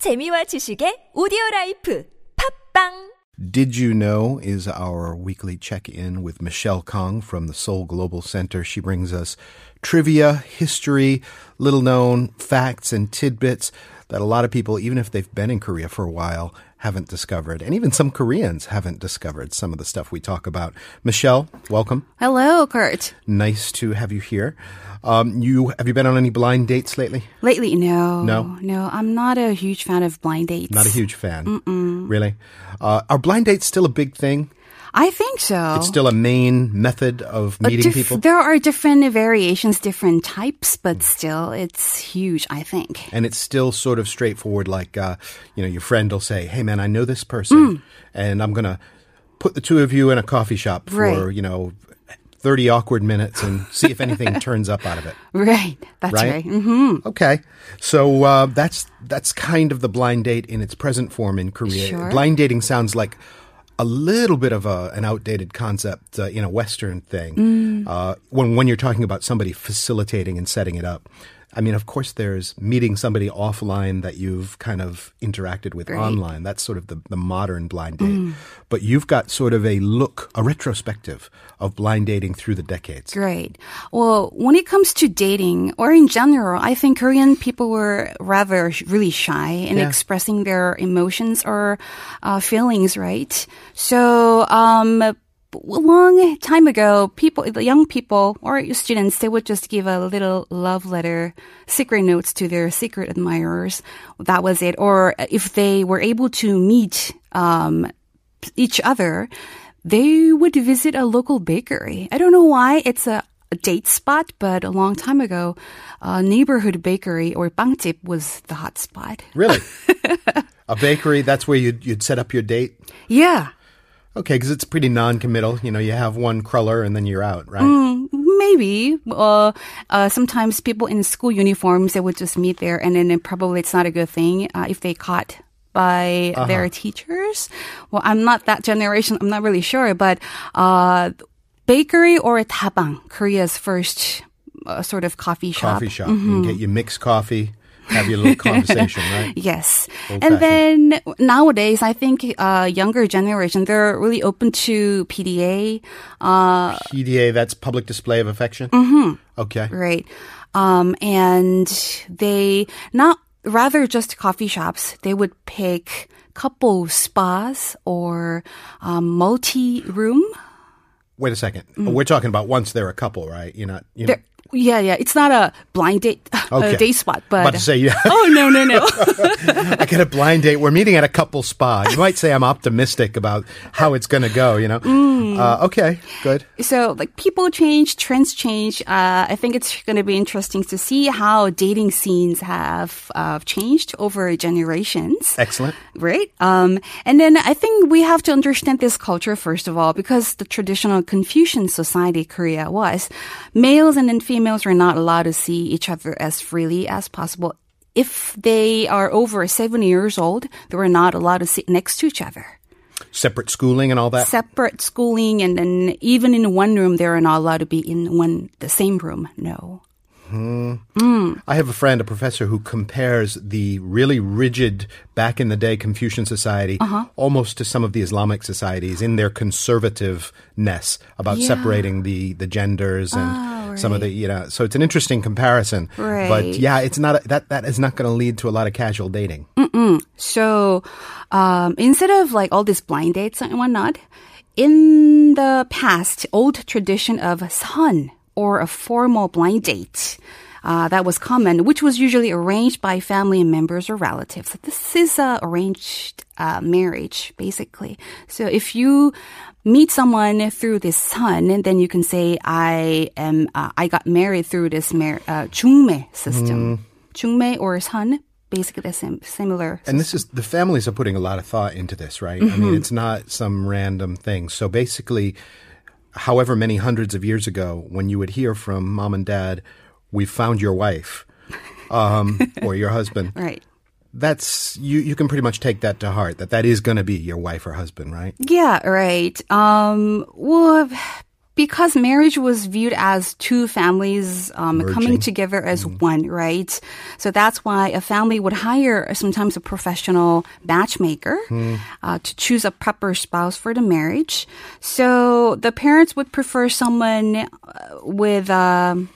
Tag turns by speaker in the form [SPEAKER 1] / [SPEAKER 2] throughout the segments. [SPEAKER 1] 재미와 지식의 오디오 라이프 팝빵
[SPEAKER 2] Did You Know is our weekly check in with Michelle Kong from the Seoul Global Center. She brings us trivia, history, little known facts, and tidbits that a lot of people, even if they've been in Korea for a while, haven't discovered. And even some Koreans haven't discovered some of the stuff we talk about. Michelle, welcome.
[SPEAKER 3] Hello, Kurt.
[SPEAKER 2] Nice to have you here. Um, you have you been on any blind dates lately?
[SPEAKER 3] Lately, no.
[SPEAKER 2] No?
[SPEAKER 3] No, I'm not a huge fan of blind dates.
[SPEAKER 2] Not a huge fan, really. Uh, are blind dates still a big thing?
[SPEAKER 3] I think so.
[SPEAKER 2] It's still a main method of
[SPEAKER 3] But
[SPEAKER 2] meeting
[SPEAKER 3] dif-
[SPEAKER 2] people.
[SPEAKER 3] There are different variations, different types, but still, it's huge, I think.
[SPEAKER 2] and it's still sort of straightforward. Like, uh, you know, your friend will say, "Hey, man, I know this person, and I'm gonna put the two of you in a coffee shop for
[SPEAKER 3] Right.
[SPEAKER 2] you know thirty awkward minutes and see if anything turns up out of it."
[SPEAKER 3] Right. That's
[SPEAKER 2] Right?
[SPEAKER 3] right. Mm.
[SPEAKER 2] Okay, so uh, that's that's kind of the blind date in its present form in Korea.
[SPEAKER 3] Sure.
[SPEAKER 2] Blind dating sounds like a little bit of a, an outdated concept uh, in a Western thing. Uh, when when you're talking about somebody facilitating and setting it up, I mean, of course, there's meeting somebody offline that you've kind of interacted with online. That's sort of the, the modern blind date. But you've got sort of a look, a retrospective of blind dating through the decades.
[SPEAKER 3] Great. Well, when it comes to dating or in general, I think Korean people were rather sh- really shy in
[SPEAKER 2] Yeah.
[SPEAKER 3] expressing their emotions or uh, feelings, right? So, um, a long time ago, people, the young people or students, they would just give a little love letter, secret notes to their secret admirers. That was it. Or if they were able to meet, um, each other, they would visit a local bakery. I don't know why it's a a date spot, but a long time ago, a neighborhood bakery or 빵집 was the hot spot.
[SPEAKER 2] Really? a bakery, that's where you'd, you'd set up your date?
[SPEAKER 3] Yeah,
[SPEAKER 2] Okay, because it's pretty non committal. You know, you have one cruller and then you're out, right?
[SPEAKER 3] Mm. maybe. Uh, uh, sometimes people in school uniforms, they would just meet there, and then it probably it's not a good thing uh, if they caught by their teachers. Well, I'm not that generation. I'm not really sure, but uh, bakery or tabang, Korea's first uh, sort of coffee shop.
[SPEAKER 2] Coffee shop. You
[SPEAKER 3] Mm-hmm.
[SPEAKER 2] can get your mixed coffee, have your little conversation, right?
[SPEAKER 3] Yes.
[SPEAKER 2] Old-fashioned.
[SPEAKER 3] And then nowadays, I think uh, younger generation, they're really open to PDA, uh,
[SPEAKER 2] PDA, that's public display of affection. Mm-hmm. Okay.
[SPEAKER 3] right? Um, and they not rather just coffee shops, they would pick couple spas or um, multi room.
[SPEAKER 2] Wait a second. We're talking about once they're a couple, right? You're not. You're
[SPEAKER 3] Mm. They're- Yeah, yeah. It's not a blind date,
[SPEAKER 2] Okay.
[SPEAKER 3] a date spot, but.
[SPEAKER 2] about to say, yeah,
[SPEAKER 3] Oh, no, no, no.
[SPEAKER 2] I got a blind date. We're meeting at a couple spa. You might say I'm optimistic about how it's going to go, you know?
[SPEAKER 3] Mm.
[SPEAKER 2] Uh, okay, good.
[SPEAKER 3] So, like, people change, trends change. Uh, I think it's going to be interesting to see how dating scenes have uh, changed over generations.
[SPEAKER 2] Excellent.
[SPEAKER 3] Right? Um, and then I think we have to understand this culture first of all, because the traditional Confucian society Korea was, males and then females were not allowed to see each other as freely as possible. If they are over seven years old, they were not allowed to sit next to each other
[SPEAKER 2] Separate schooling and all that.
[SPEAKER 3] separate schooling and then even in one room they are not allowed to be in one the same room no
[SPEAKER 2] I have a friend, a professor, who compares the really rigid back in the day Confucian society almost to some of the Islamic societies in their conservativeness about separating the, the genders and some of the you know. So it's an interesting comparison, but
[SPEAKER 3] Right.
[SPEAKER 2] yeah, it's not that that is not going to lead to a lot of casual dating.
[SPEAKER 3] so um, instead of like all these blind dates and whatnot in the past old tradition of son or a formal blind date uh, that was common, which was usually arranged by family members or relatives. This is uh, arranged uh, marriage, basically. So if you meet someone through this son, and then you can say, "I am, uh, I got married through this mar- uh, 중매 system." 중매 or son, basically the same, similar.
[SPEAKER 2] And this is the families are putting a lot of thought into this, right? I mean, it's not some random thing. So basically, however many hundreds of years ago, when you would hear from mom and dad, "We found your wife," um, or your husband,
[SPEAKER 3] right.
[SPEAKER 2] that's you. You can pretty much take that to heart that that is going to be your wife or husband, right?
[SPEAKER 3] Yeah, right. Um, well, because marriage was viewed as two families um, coming
[SPEAKER 2] Merging.
[SPEAKER 3] together as one, right? So that's why a family would hire sometimes a professional matchmaker uh, to choose a proper spouse for the marriage. So the parents would prefer someone uh, with. um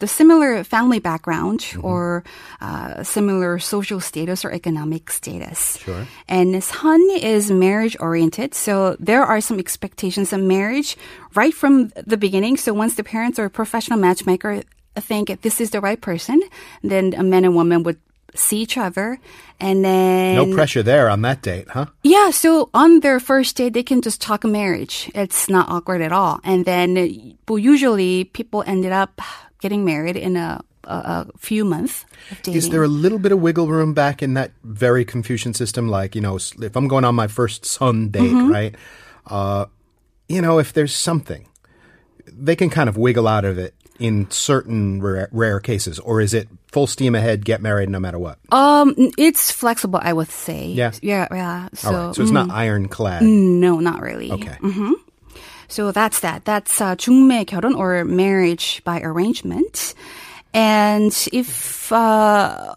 [SPEAKER 3] the similar family background or uh, similar social status or economic status. Sure. And Sun is marriage oriented, so there are some expectations of marriage right from the beginning. So once the parents or professional matchmaker think this is the right person, then a man and woman would see each other, and then
[SPEAKER 2] No pressure there on that date, huh?
[SPEAKER 3] yeah, so on their first date, they can just talk marriage. It's not awkward at all. And then, well, usually people ended up getting married in a, a, a few months of dating.
[SPEAKER 2] Is there a little bit of wiggle room back in that very Confucian system? Like, you know, s- if I'm going on my first son date,
[SPEAKER 3] Mm-hmm.
[SPEAKER 2] right? Uh, you know, if there's something, they can kind of wiggle out of it in certain rare, rare cases. Or is it full steam ahead, get married no matter what? All
[SPEAKER 3] um, it's flexible, I would say.
[SPEAKER 2] Yeah.
[SPEAKER 3] Yeah, yeah. So,
[SPEAKER 2] right. So it's not
[SPEAKER 3] Mm.
[SPEAKER 2] ironclad.
[SPEAKER 3] no, not really.
[SPEAKER 2] Okay.
[SPEAKER 3] So that's that. That's uh, 중매 결혼 or marriage by arrangement. And if uh,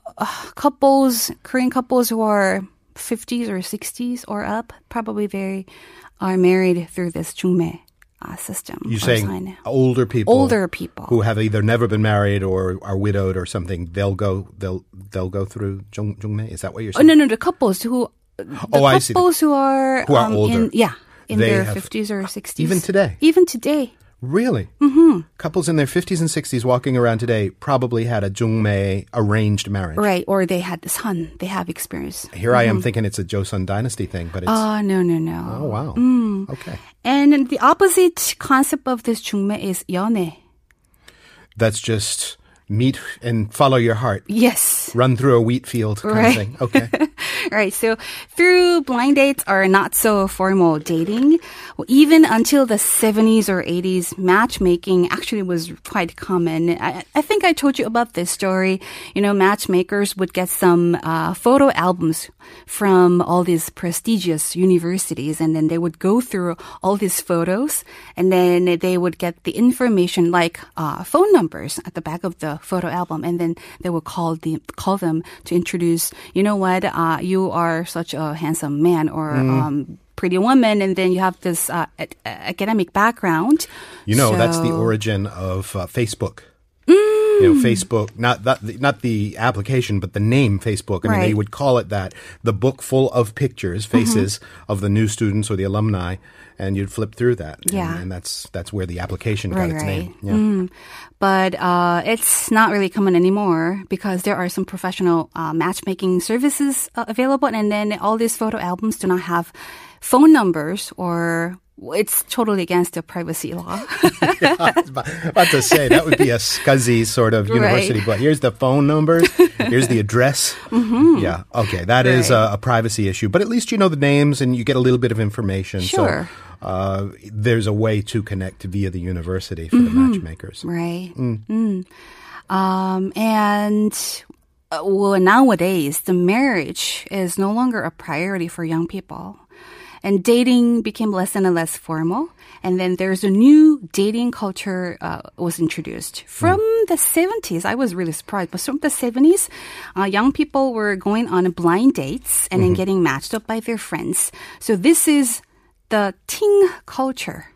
[SPEAKER 3] couples, Korean couples who are 50s or 60s or up, probably they are married through this 중매 uh, system.
[SPEAKER 2] You're
[SPEAKER 3] or
[SPEAKER 2] saying
[SPEAKER 3] sign.
[SPEAKER 2] older people,
[SPEAKER 3] older people.
[SPEAKER 2] who have either never been married or are widowed or something, they'll go they'll they'll go through jung, jungme. Is that what you're
[SPEAKER 3] oh,
[SPEAKER 2] saying?
[SPEAKER 3] no, no, the couples who. The
[SPEAKER 2] Oh, I see.
[SPEAKER 3] couples who are
[SPEAKER 2] Who are
[SPEAKER 3] um,
[SPEAKER 2] older.
[SPEAKER 3] In, yeah, in
[SPEAKER 2] They
[SPEAKER 3] their
[SPEAKER 2] have-
[SPEAKER 3] 50s or 60s.
[SPEAKER 2] Even today?
[SPEAKER 3] Even today.
[SPEAKER 2] Really? Mm-hmm. Couples in their 50s and 60s walking around today probably had a jungme arranged marriage.
[SPEAKER 3] Right, Mm-hmm. or they had the son. They have experience.
[SPEAKER 2] Here I am thinking it's a Joseon dynasty thing, but it's
[SPEAKER 3] Oh, no, no, no.
[SPEAKER 2] oh wow,
[SPEAKER 3] mm.
[SPEAKER 2] okay,
[SPEAKER 3] And the opposite concept of this 중매 is 연애.
[SPEAKER 2] that's just meet and follow your heart,
[SPEAKER 3] Yes.
[SPEAKER 2] run through a wheat field kind
[SPEAKER 3] Right.
[SPEAKER 2] of thing. Okay,
[SPEAKER 3] right. So through blind dates or not so formal dating, well, even until the 70s or 80s, matchmaking actually was quite common. I, I think I told you about this story. You know, matchmakers would get some uh, photo albums from all these prestigious universities, and then they would go through all these photos, and then they would get the information like uh, phone numbers at the back of the photo album, and then they would call the call them to introduce. You know what? Uh, you are such a handsome man, or
[SPEAKER 2] Mm.
[SPEAKER 3] um, pretty woman, and then you have this uh, a- a- academic background.
[SPEAKER 2] you know that's the
[SPEAKER 3] So- Mm.
[SPEAKER 2] origin of uh, Facebook. You know, Facebook, not that, not the application, but the name Facebook. I mean, they
[SPEAKER 3] Right. Mm-hmm.
[SPEAKER 2] would call it that. The book full of pictures, faces of the new students or the alumni, and you'd flip through that. And-
[SPEAKER 3] Yeah.
[SPEAKER 2] and, that's that's where the application got
[SPEAKER 3] Right,
[SPEAKER 2] its name.
[SPEAKER 3] right.
[SPEAKER 2] Yeah.
[SPEAKER 3] but uh, it's not really common anymore because there are some professional uh, matchmaking services uh, available, and then all these photo albums do not have phone numbers or it's totally against the privacy law.
[SPEAKER 2] about to say that would be a scuzzy sort of university, but here's the phone numbers, here's the address. Mm-hmm. Yeah, okay, that is a, a privacy issue, but at least you know the names and you get a little bit of information.
[SPEAKER 3] Sure.
[SPEAKER 2] So uh, there's a way to connect via the university for the
[SPEAKER 3] Mm-hmm.
[SPEAKER 2] matchmakers.
[SPEAKER 3] Right. Mm. Um, and uh, well, nowadays, the marriage is no longer a priority for young people. And dating became less and less formal. And then there's a new dating culture uh, was introduced from the 70s. I was really surprised, but from the 70s, uh, young people were going on blind dates and then getting matched up by their friends. So this is the ting culture.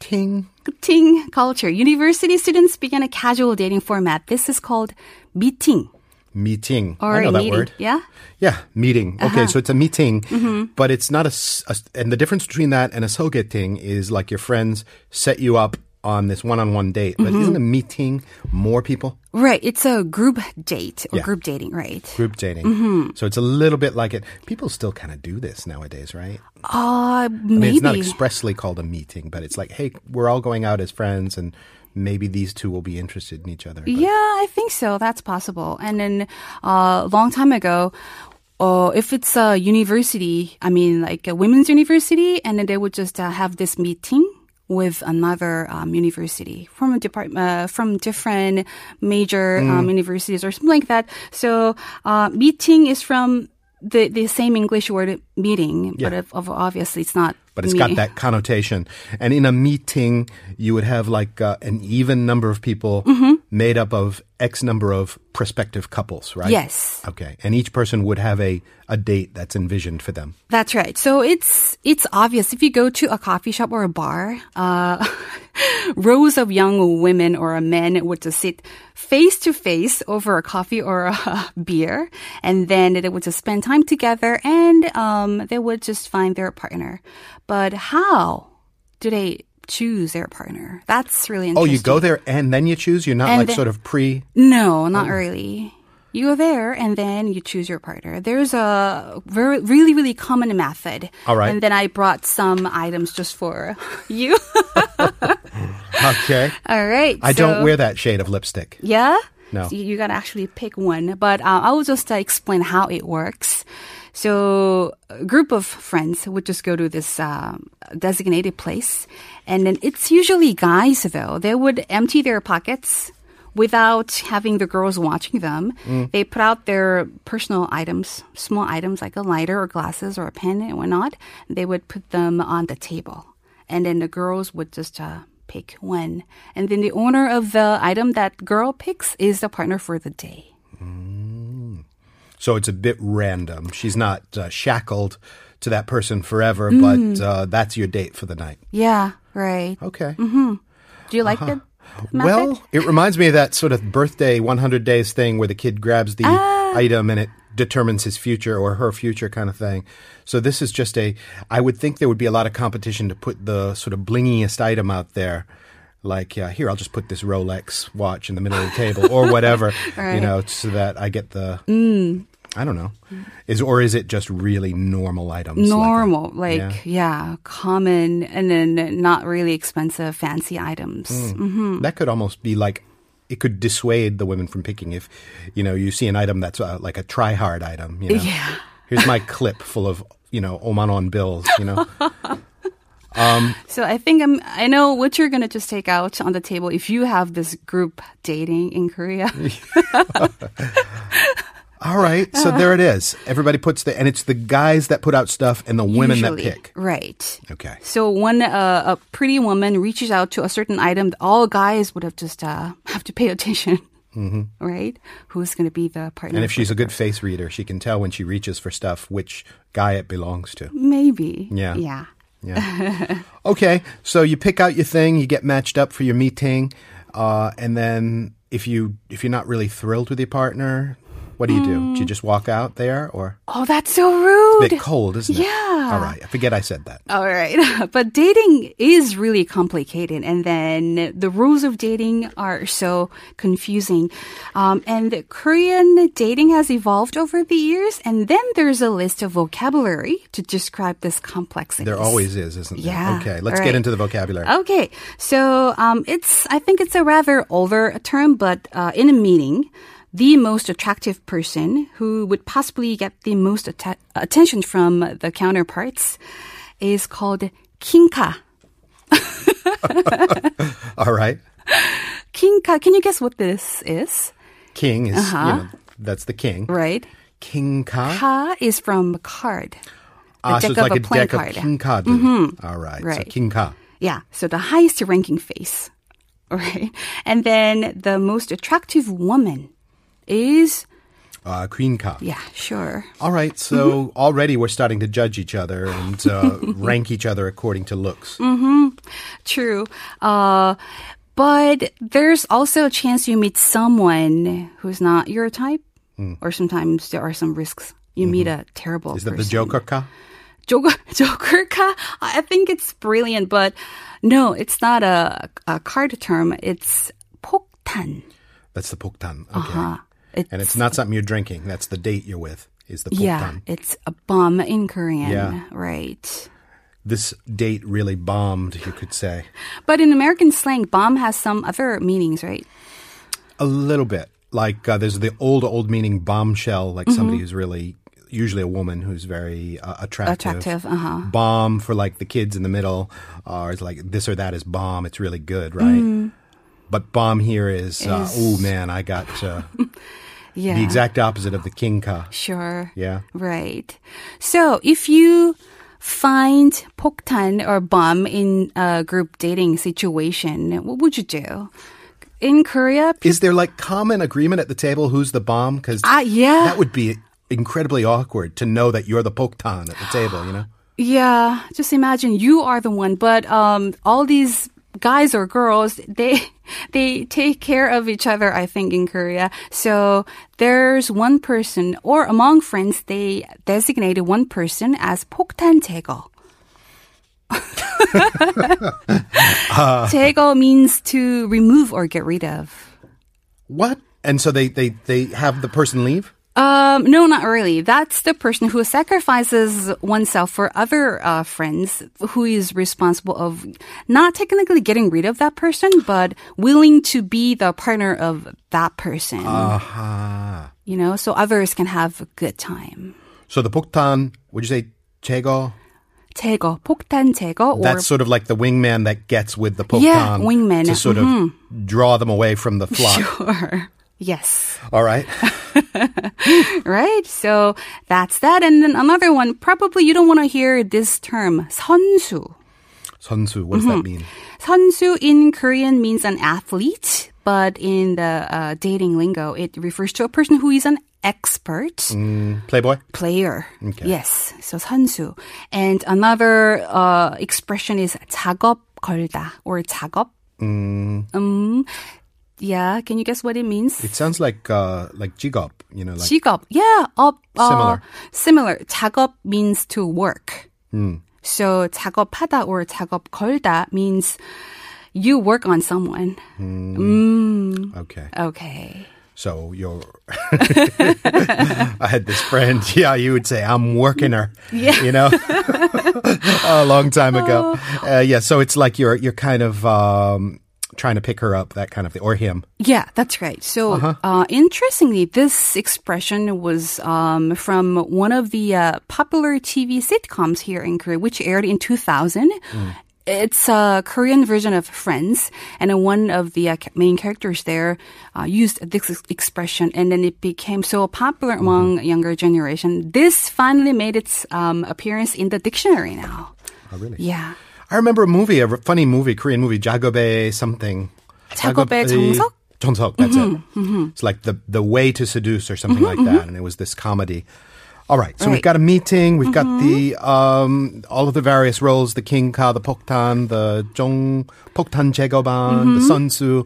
[SPEAKER 2] Ting.
[SPEAKER 3] Meeting culture. University students began a casual dating format. This is called meeting
[SPEAKER 2] Meeting.
[SPEAKER 3] or
[SPEAKER 2] I know that
[SPEAKER 3] meeting. Uh-huh.
[SPEAKER 2] word.
[SPEAKER 3] Yeah.
[SPEAKER 2] Yeah, meeting. Okay, so it's a meeting,
[SPEAKER 3] Mm-hmm.
[SPEAKER 2] but it's not a, s- a s- And the difference between that and a sogeting is like your friends set you up on this one-on-one date. But
[SPEAKER 3] Mm-hmm.
[SPEAKER 2] isn't a meeting more people?
[SPEAKER 3] Right. It's a group date or
[SPEAKER 2] Yeah.
[SPEAKER 3] group dating, right?
[SPEAKER 2] group dating.
[SPEAKER 3] Mm-hmm.
[SPEAKER 2] So it's a little bit like it. People still kind of do this nowadays, right?
[SPEAKER 3] Uh,
[SPEAKER 2] I mean,
[SPEAKER 3] maybe.
[SPEAKER 2] it's not expressly called a meeting, but it's like, hey, we're all going out as friends, and maybe these two will be interested in each other. But
[SPEAKER 3] Yeah, I think so. That's possible. And then uh, a long time ago, uh, if it's a university, I mean, like a women's university, and then they would just uh, have this meeting with another um, university from a department uh, from different major um,
[SPEAKER 2] Mm.
[SPEAKER 3] universities or something like that. So uh, meeting is from the the same English word meeting, but
[SPEAKER 2] Yeah.
[SPEAKER 3] if, of- obviously it's not.
[SPEAKER 2] but it's
[SPEAKER 3] meeting.
[SPEAKER 2] got that connotation. And in a meeting, you would have like uh, an even number of people
[SPEAKER 3] Mm-hmm.
[SPEAKER 2] made up of X number of prospective couples, right?
[SPEAKER 3] Yes.
[SPEAKER 2] Okay. And each person would have a, a date that's envisioned for them.
[SPEAKER 3] That's right. So it's it's obvious if you go to a coffee shop or a bar, uh, rows of young women or men would just sit face to face over a coffee or a beer, and then they would just spend time together, and um, they would just find their partner. But how do they choose their partner? That's really
[SPEAKER 2] Oh,
[SPEAKER 3] interesting.
[SPEAKER 2] you go there and then you choose? You're not
[SPEAKER 3] And
[SPEAKER 2] like
[SPEAKER 3] the-
[SPEAKER 2] sort of pre.
[SPEAKER 3] No,
[SPEAKER 2] Oh.
[SPEAKER 3] not really. You go there and then you choose your partner. There's a very, really, really common method.
[SPEAKER 2] All right.
[SPEAKER 3] And then I brought some items just for you.
[SPEAKER 2] Okay.
[SPEAKER 3] All right.
[SPEAKER 2] I don't
[SPEAKER 3] so-
[SPEAKER 2] wear that shade of lipstick.
[SPEAKER 3] Yeah?
[SPEAKER 2] No.
[SPEAKER 3] So you, you gotta actually pick one. But uh, I will just uh, explain how it works. So a group of friends would just go to this um, designated place. And then it's usually guys, though. They would empty their pockets without having the girls watching them. They put out their personal items, small items like a lighter or glasses or a pen and whatnot. They would put them on the table. And then the girls would just uh, pick one. And then the owner of the item that girl picks is the partner for the day.
[SPEAKER 2] So it's a bit random. She's not uh, shackled to that person forever, but uh, that's your date for the night.
[SPEAKER 3] Yeah, right.
[SPEAKER 2] Okay.
[SPEAKER 3] Do you like the method?
[SPEAKER 2] Uh-huh. Well, it reminds me of that sort of birthday 100 days thing where the kid grabs the item and it determines his future or her future kind of thing. So this is just a I would think there would be a lot of competition to put the sort of blingiest item out there. Like, yeah, here I'll just put this Rolex watch in the middle of the table or whatever, you know, so that I get the I don't know. Is or is it just really normal items? like that?
[SPEAKER 3] normal like, yeah. common and then not really expensive fancy items
[SPEAKER 2] Hmm.
[SPEAKER 3] Mm.
[SPEAKER 2] That could almost be like it could dissuade the women from picking if you know you see an item that's uh, like a try hard item. You know?
[SPEAKER 3] Yeah.
[SPEAKER 2] Here's my clip full of you know Oman on bills. You know.
[SPEAKER 3] so i think i'm i know what you're gonna just take out on the table if you have this group dating in korea
[SPEAKER 2] All right, so there it is. Everybody puts the and it's the guys that put out stuff and the women
[SPEAKER 3] usually.
[SPEAKER 2] that pick.
[SPEAKER 3] right
[SPEAKER 2] Okay.
[SPEAKER 3] so when uh, a pretty woman reaches out to a certain item all guys would have just uh, have to pay attention right who's gonna be the
[SPEAKER 2] Mm-hmm.
[SPEAKER 3] partner
[SPEAKER 2] And if
[SPEAKER 3] for
[SPEAKER 2] she's a good face reader, she can tell when she reaches for stuff which guy it belongs to.
[SPEAKER 3] maybe
[SPEAKER 2] Yeah.
[SPEAKER 3] yeah
[SPEAKER 2] Yeah. okay. So you pick out your thing, you get matched up for your meeting, uh, and then if you if you're not really thrilled with your partner, what do you do? Do you just walk out there, or
[SPEAKER 3] Mm. oh that's so
[SPEAKER 2] a
[SPEAKER 3] rude
[SPEAKER 2] bit cold, isn't it?
[SPEAKER 3] Yeah.
[SPEAKER 2] All right. I forget I said that.
[SPEAKER 3] All right. But dating is really complicated. And then the rules of dating are so confusing. Um, and Korean dating has evolved over the years. And then there's a list of vocabulary to describe this complexity.
[SPEAKER 2] There always is, isn't there?
[SPEAKER 3] Yeah.
[SPEAKER 2] Okay. Let's
[SPEAKER 3] All
[SPEAKER 2] get
[SPEAKER 3] right. Oh.
[SPEAKER 2] into the vocabulary.
[SPEAKER 3] Okay, so um, it's I think it's a rather older term, but uh, in a meaning, the most attractive person who would possibly get the most atta- attention from the counterparts is called kinka.
[SPEAKER 2] All right.
[SPEAKER 3] Kinka, can you guess what this is?
[SPEAKER 2] King is you know, that's the king.
[SPEAKER 3] Right,
[SPEAKER 2] King ka.
[SPEAKER 3] Uh-huh. ka is from card. The
[SPEAKER 2] Ah, so
[SPEAKER 3] deck
[SPEAKER 2] it's
[SPEAKER 3] of
[SPEAKER 2] like
[SPEAKER 3] a
[SPEAKER 2] a
[SPEAKER 3] playing
[SPEAKER 2] deck of
[SPEAKER 3] card.
[SPEAKER 2] king ka. Mm-hmm. right. So
[SPEAKER 3] Right.
[SPEAKER 2] king ka.
[SPEAKER 3] Yeah, so the highest ranking face, right? And then the most attractive woman is
[SPEAKER 2] Uh, queen ka.
[SPEAKER 3] yeah, sure.
[SPEAKER 2] All right, so
[SPEAKER 3] Mm-hmm.
[SPEAKER 2] already we're starting to judge each other and uh, rank each other according to looks.
[SPEAKER 3] True. Uh, but there's also a chance you meet someone who's not your type, or sometimes there are some risks. You meet a terrible
[SPEAKER 2] Hmm. Mm-hmm. Is that the
[SPEAKER 3] person.
[SPEAKER 2] Joker ka?
[SPEAKER 3] Joker, Jokerka? I think it's brilliant, but no, it's not a, a card term. It's 폭탄.
[SPEAKER 2] That's the poktan. Okay.
[SPEAKER 3] Uh-huh. It's,
[SPEAKER 2] And it's not something you're drinking. That's the date you're with. Is the poktan.
[SPEAKER 3] yeah, it's a bomb in Korean,
[SPEAKER 2] Yeah.
[SPEAKER 3] right?
[SPEAKER 2] This date really bombed, you could say.
[SPEAKER 3] But in American slang, bomb has some other meanings, right?
[SPEAKER 2] A little bit. Like uh, there's the old, old meaning bombshell, like
[SPEAKER 3] Mm-hmm.
[SPEAKER 2] somebody who's really, usually a woman who's very uh, attractive.
[SPEAKER 3] Attractive, uh-huh.
[SPEAKER 2] Bomb for like the kids in the middle, uh, or it's like this or that is bomb. It's
[SPEAKER 3] Mm-hmm.
[SPEAKER 2] really good, right? But bomb here is, uh, oh man, I got uh,
[SPEAKER 3] Yeah.
[SPEAKER 2] The exact opposite of the kinka.
[SPEAKER 3] Sure.
[SPEAKER 2] Yeah.
[SPEAKER 3] Right. So if you find 폭탄 or bomb in a group dating situation, what would you do? In Korea, pe-
[SPEAKER 2] Is there like common agreement at the table who's the bomb? Because
[SPEAKER 3] Ah, yeah.
[SPEAKER 2] that would be incredibly awkward to know that you're the poktan at the table, you know?
[SPEAKER 3] yeah, just imagine you are the one, but um, all these guys or girls, they they take care of each other. I think in Korea, so there's one person, or among friends, they designated one person as 폭탄 제거. 제거 means to remove or get rid of.
[SPEAKER 2] What? And so they, they, they have the person leave?
[SPEAKER 3] Um, no, not really. That's the person who sacrifices oneself for other uh, friends, who is responsible of not technically getting rid of that person, but willing to be the partner of that person.
[SPEAKER 2] Ah.
[SPEAKER 3] You know, so others can have a good time.
[SPEAKER 2] So the poktan, would you say chego?
[SPEAKER 3] 제거, 폭탄 제거, or
[SPEAKER 2] That's sort of like the wingman that gets with the poktan.
[SPEAKER 3] Yeah, wingman. Mm-hmm.
[SPEAKER 2] To sort of draw them away from the flock.
[SPEAKER 3] sure. Yes.
[SPEAKER 2] All right.
[SPEAKER 3] Right? So that's that. And then another one, probably you don't want to hear this term, 선수.
[SPEAKER 2] Sunsu, what does that mean?
[SPEAKER 3] Mm-hmm. 선수 in Korean means an athlete, but in the uh, dating lingo, it refers to a person who is an expert
[SPEAKER 2] Mm. Playboy?
[SPEAKER 3] player. Yes, so 선수. And another uh, expression is 작업 걸다 or 작업. Um, yeah, can you guess what it means?
[SPEAKER 2] It sounds Mm. like uh, like jigop, you know, like
[SPEAKER 3] 직업. Yeah, up. uh,
[SPEAKER 2] Similar.
[SPEAKER 3] Similar. 작업 means to work.
[SPEAKER 2] Mm.
[SPEAKER 3] So 작업하다 or 작업 걸다 means you work on someone.
[SPEAKER 2] okay.
[SPEAKER 3] Okay.
[SPEAKER 2] So you're. I had this friend. Yeah, you would say I'm working her. Yeah, you know, a long time ago. Uh, yeah, so it's like you're you're kind of um, trying to pick her up, that kind of thing, or him.
[SPEAKER 3] Yeah, that's right. So, uh
[SPEAKER 2] Uh-huh.
[SPEAKER 3] interestingly, this expression was um, from one of the uh, popular TV sitcoms here in Korea, which aired in 2000.
[SPEAKER 2] Mm.
[SPEAKER 3] It's a Korean version of Friends, and then one of the uh, ca- main characters there uh, used this ex- expression, and then it became so popular
[SPEAKER 2] Mm-hmm.
[SPEAKER 3] among younger generation. This finally made its um, appearance in the dictionary now.
[SPEAKER 2] Oh, really?
[SPEAKER 3] Yeah.
[SPEAKER 2] I remember a movie, a funny movie, Korean movie, Jagobe something.
[SPEAKER 3] 작업의 정석?
[SPEAKER 2] 정석, that's it.
[SPEAKER 3] Mm-hmm,
[SPEAKER 2] It's like the the way to seduce or something like that, and it was this comedy. All right, so we've got a
[SPEAKER 3] Right. Mm-hmm.
[SPEAKER 2] meeting. We've got the um, all of the various roles: the king ka, the poktan, the jong poktan jegoban,
[SPEAKER 3] Mm-hmm.
[SPEAKER 2] the sunsu,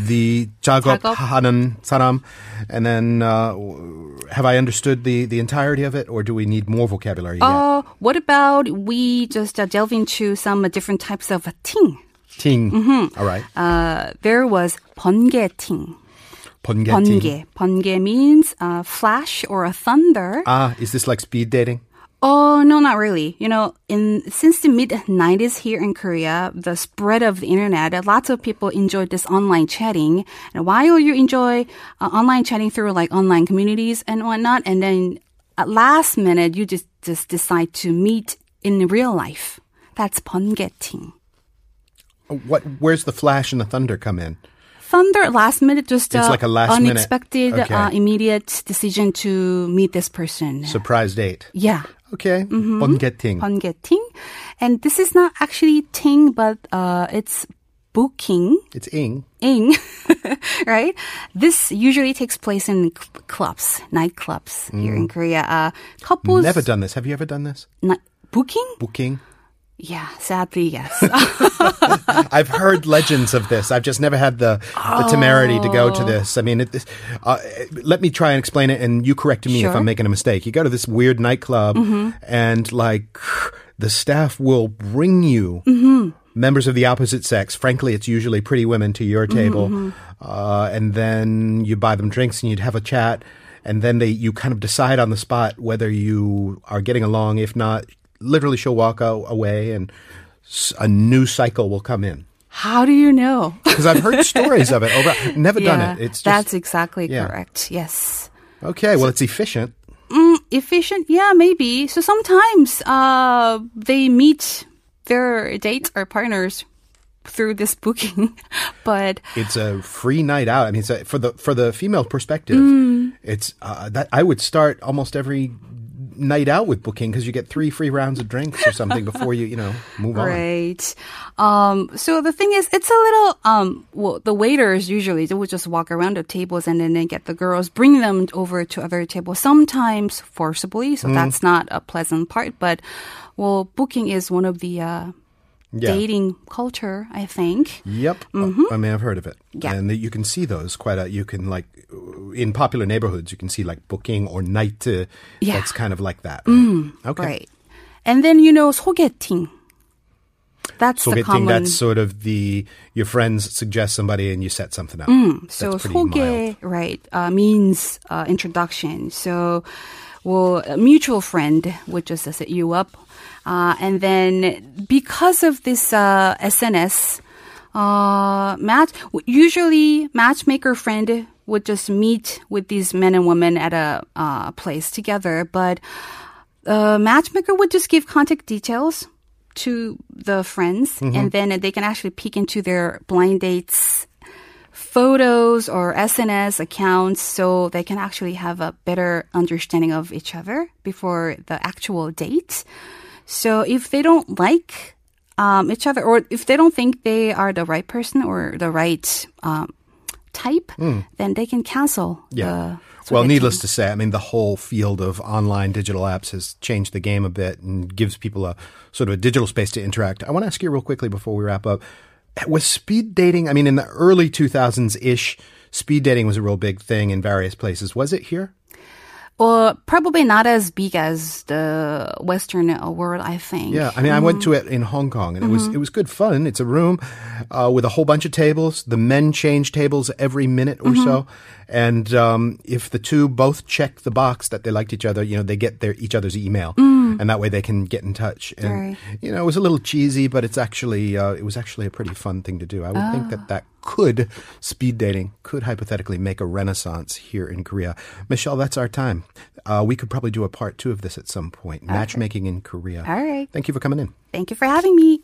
[SPEAKER 2] the jagop
[SPEAKER 3] 작업.
[SPEAKER 2] hanan saram, and then uh, w- have I understood the the entirety of it, or do we need more vocabulary? yet?
[SPEAKER 3] Uh, what about we just uh, delve into some uh, different types of ting?
[SPEAKER 2] Ting. All right.
[SPEAKER 3] Uh, there was 번개 ting.
[SPEAKER 2] 번개. ting.
[SPEAKER 3] 번개. 번개 means uh, flash or a thunder.
[SPEAKER 2] Ah, is this like speed dating?
[SPEAKER 3] Oh no, not really. You know, in since the mid '90s here in Korea, the spread of the internet, uh, lots of people enjoyed this online chatting. And while you enjoy uh, online chatting through like online communities and whatnot, and then at last minute you just just decide to meet in real life. That's 번개팅.
[SPEAKER 2] What? Where's the flash and the thunder come in?
[SPEAKER 3] Thunder last minute, just
[SPEAKER 2] It's
[SPEAKER 3] uh,
[SPEAKER 2] like a last minute.
[SPEAKER 3] unexpected,
[SPEAKER 2] Okay.
[SPEAKER 3] uh, immediate decision to meet this person.
[SPEAKER 2] Surprise date.
[SPEAKER 3] yeah.
[SPEAKER 2] Okay. Bongeting.
[SPEAKER 3] 번개팅. And this is not actually ting, but uh, it's booking,
[SPEAKER 2] It's ing.
[SPEAKER 3] ing, right? This usually takes place in cl- clubs, nightclubs here in Korea. Uh, couples.
[SPEAKER 2] Mm. Never done this. Have you ever done this?
[SPEAKER 3] ni- booking?
[SPEAKER 2] Booking.
[SPEAKER 3] Yeah, sadly, yes.
[SPEAKER 2] I've heard legends of this. I've just never had the, the temerity to go to this. I mean, it, this- uh, let me try and explain it, and you correct me if
[SPEAKER 3] Sure.
[SPEAKER 2] I'm making a mistake. You go to this weird nightclub, and like the staff will bring you. Members of the opposite sex, frankly, it's usually pretty women to your table, uh, and then you buy them drinks and you'd have a chat, and then they you kind of decide on the spot whether you are getting along. If not, literally, she'll walk a- away, and s- a new cycle will come in
[SPEAKER 3] How do you know?
[SPEAKER 2] because I've heard stories of it. Over, never
[SPEAKER 3] Yeah,
[SPEAKER 2] done it. It's just
[SPEAKER 3] that's exactly
[SPEAKER 2] yeah.
[SPEAKER 3] correct. Yes.
[SPEAKER 2] okay. Well, it's efficient.
[SPEAKER 3] efficient yeah maybe so sometimes uh they meet their dates or partners through this booking, but
[SPEAKER 2] It's a free night out. I mean, it's a, for the for the female perspective,
[SPEAKER 3] Mm.
[SPEAKER 2] it's uh, that I would start almost every night out with booking because you get three free rounds of drinks or something before you you know move on.
[SPEAKER 3] Right. Um, so the thing is, it's a little, um, well, the waiters usually, they would just walk around the tables and then they get the girls, bring them over to other table, sometimes forcibly. So that's not a pleasant part, but well, booking is one of the, uh,
[SPEAKER 2] Yeah.
[SPEAKER 3] dating culture, I think.
[SPEAKER 2] Yep. Oh, I mean, I've heard of it.
[SPEAKER 3] Yeah.
[SPEAKER 2] And you can see those quite a, you can like, in popular neighborhoods, you can see like booking or night to,
[SPEAKER 3] Yeah. Mm.
[SPEAKER 2] that's kind of like that. okay.
[SPEAKER 3] Right. And then, you know, 소개팅. That's
[SPEAKER 2] So
[SPEAKER 3] the
[SPEAKER 2] getting
[SPEAKER 3] common.
[SPEAKER 2] that's sort of the, your friends suggest somebody and you set something up.
[SPEAKER 3] Mm, So
[SPEAKER 2] That's pretty mild.
[SPEAKER 3] 소개, right, uh, means uh, introduction. So, well, a mutual friend would just set you up. Uh, and then because of this uh, SNS uh, match, usually matchmaker friend would just meet with these men and women at a uh, place together. But uh, matchmaker would just give contact details to the friends,
[SPEAKER 2] Mm-hmm.
[SPEAKER 3] and then they can actually peek into their blind dates photos or SNS accounts so they can actually have a better understanding of each other before the actual date. So if they don't like um, each other or if they don't think they are the right person or the right um, type, then they can cancel.
[SPEAKER 2] Hmm. Yeah.
[SPEAKER 3] The
[SPEAKER 2] well,
[SPEAKER 3] sort of
[SPEAKER 2] needless to say, I mean, the whole field of online digital apps has changed the game a bit and gives people a sort of a digital space to interact. I want to ask you real quickly before we wrap up. Was speed dating, I mean, in the early 2000s ish, speed dating was a real big thing in various places. Was it here?
[SPEAKER 3] Or probably not as big as the Western uh, world, I think.
[SPEAKER 2] Yeah, I mean, I went to it in Hong Kong, and it was it was good fun. It's a room uh, with a whole bunch of tables. The men change tables every minute or so, and um, if the two both check the box that they liked each other, you know, they get their each other's email, and that way they can get in touch. And
[SPEAKER 3] Right.
[SPEAKER 2] you know, it was a little cheesy, but it's actually uh, it was actually a pretty fun thing to do. I would think that that could speed dating could hypothetically make a renaissance here in Korea. Michelle, that's our time. Uh, we could probably do a part two of this at some point. Matchmaking in Korea.
[SPEAKER 3] All right.
[SPEAKER 2] Thank you for coming in.
[SPEAKER 3] Thank you for having me.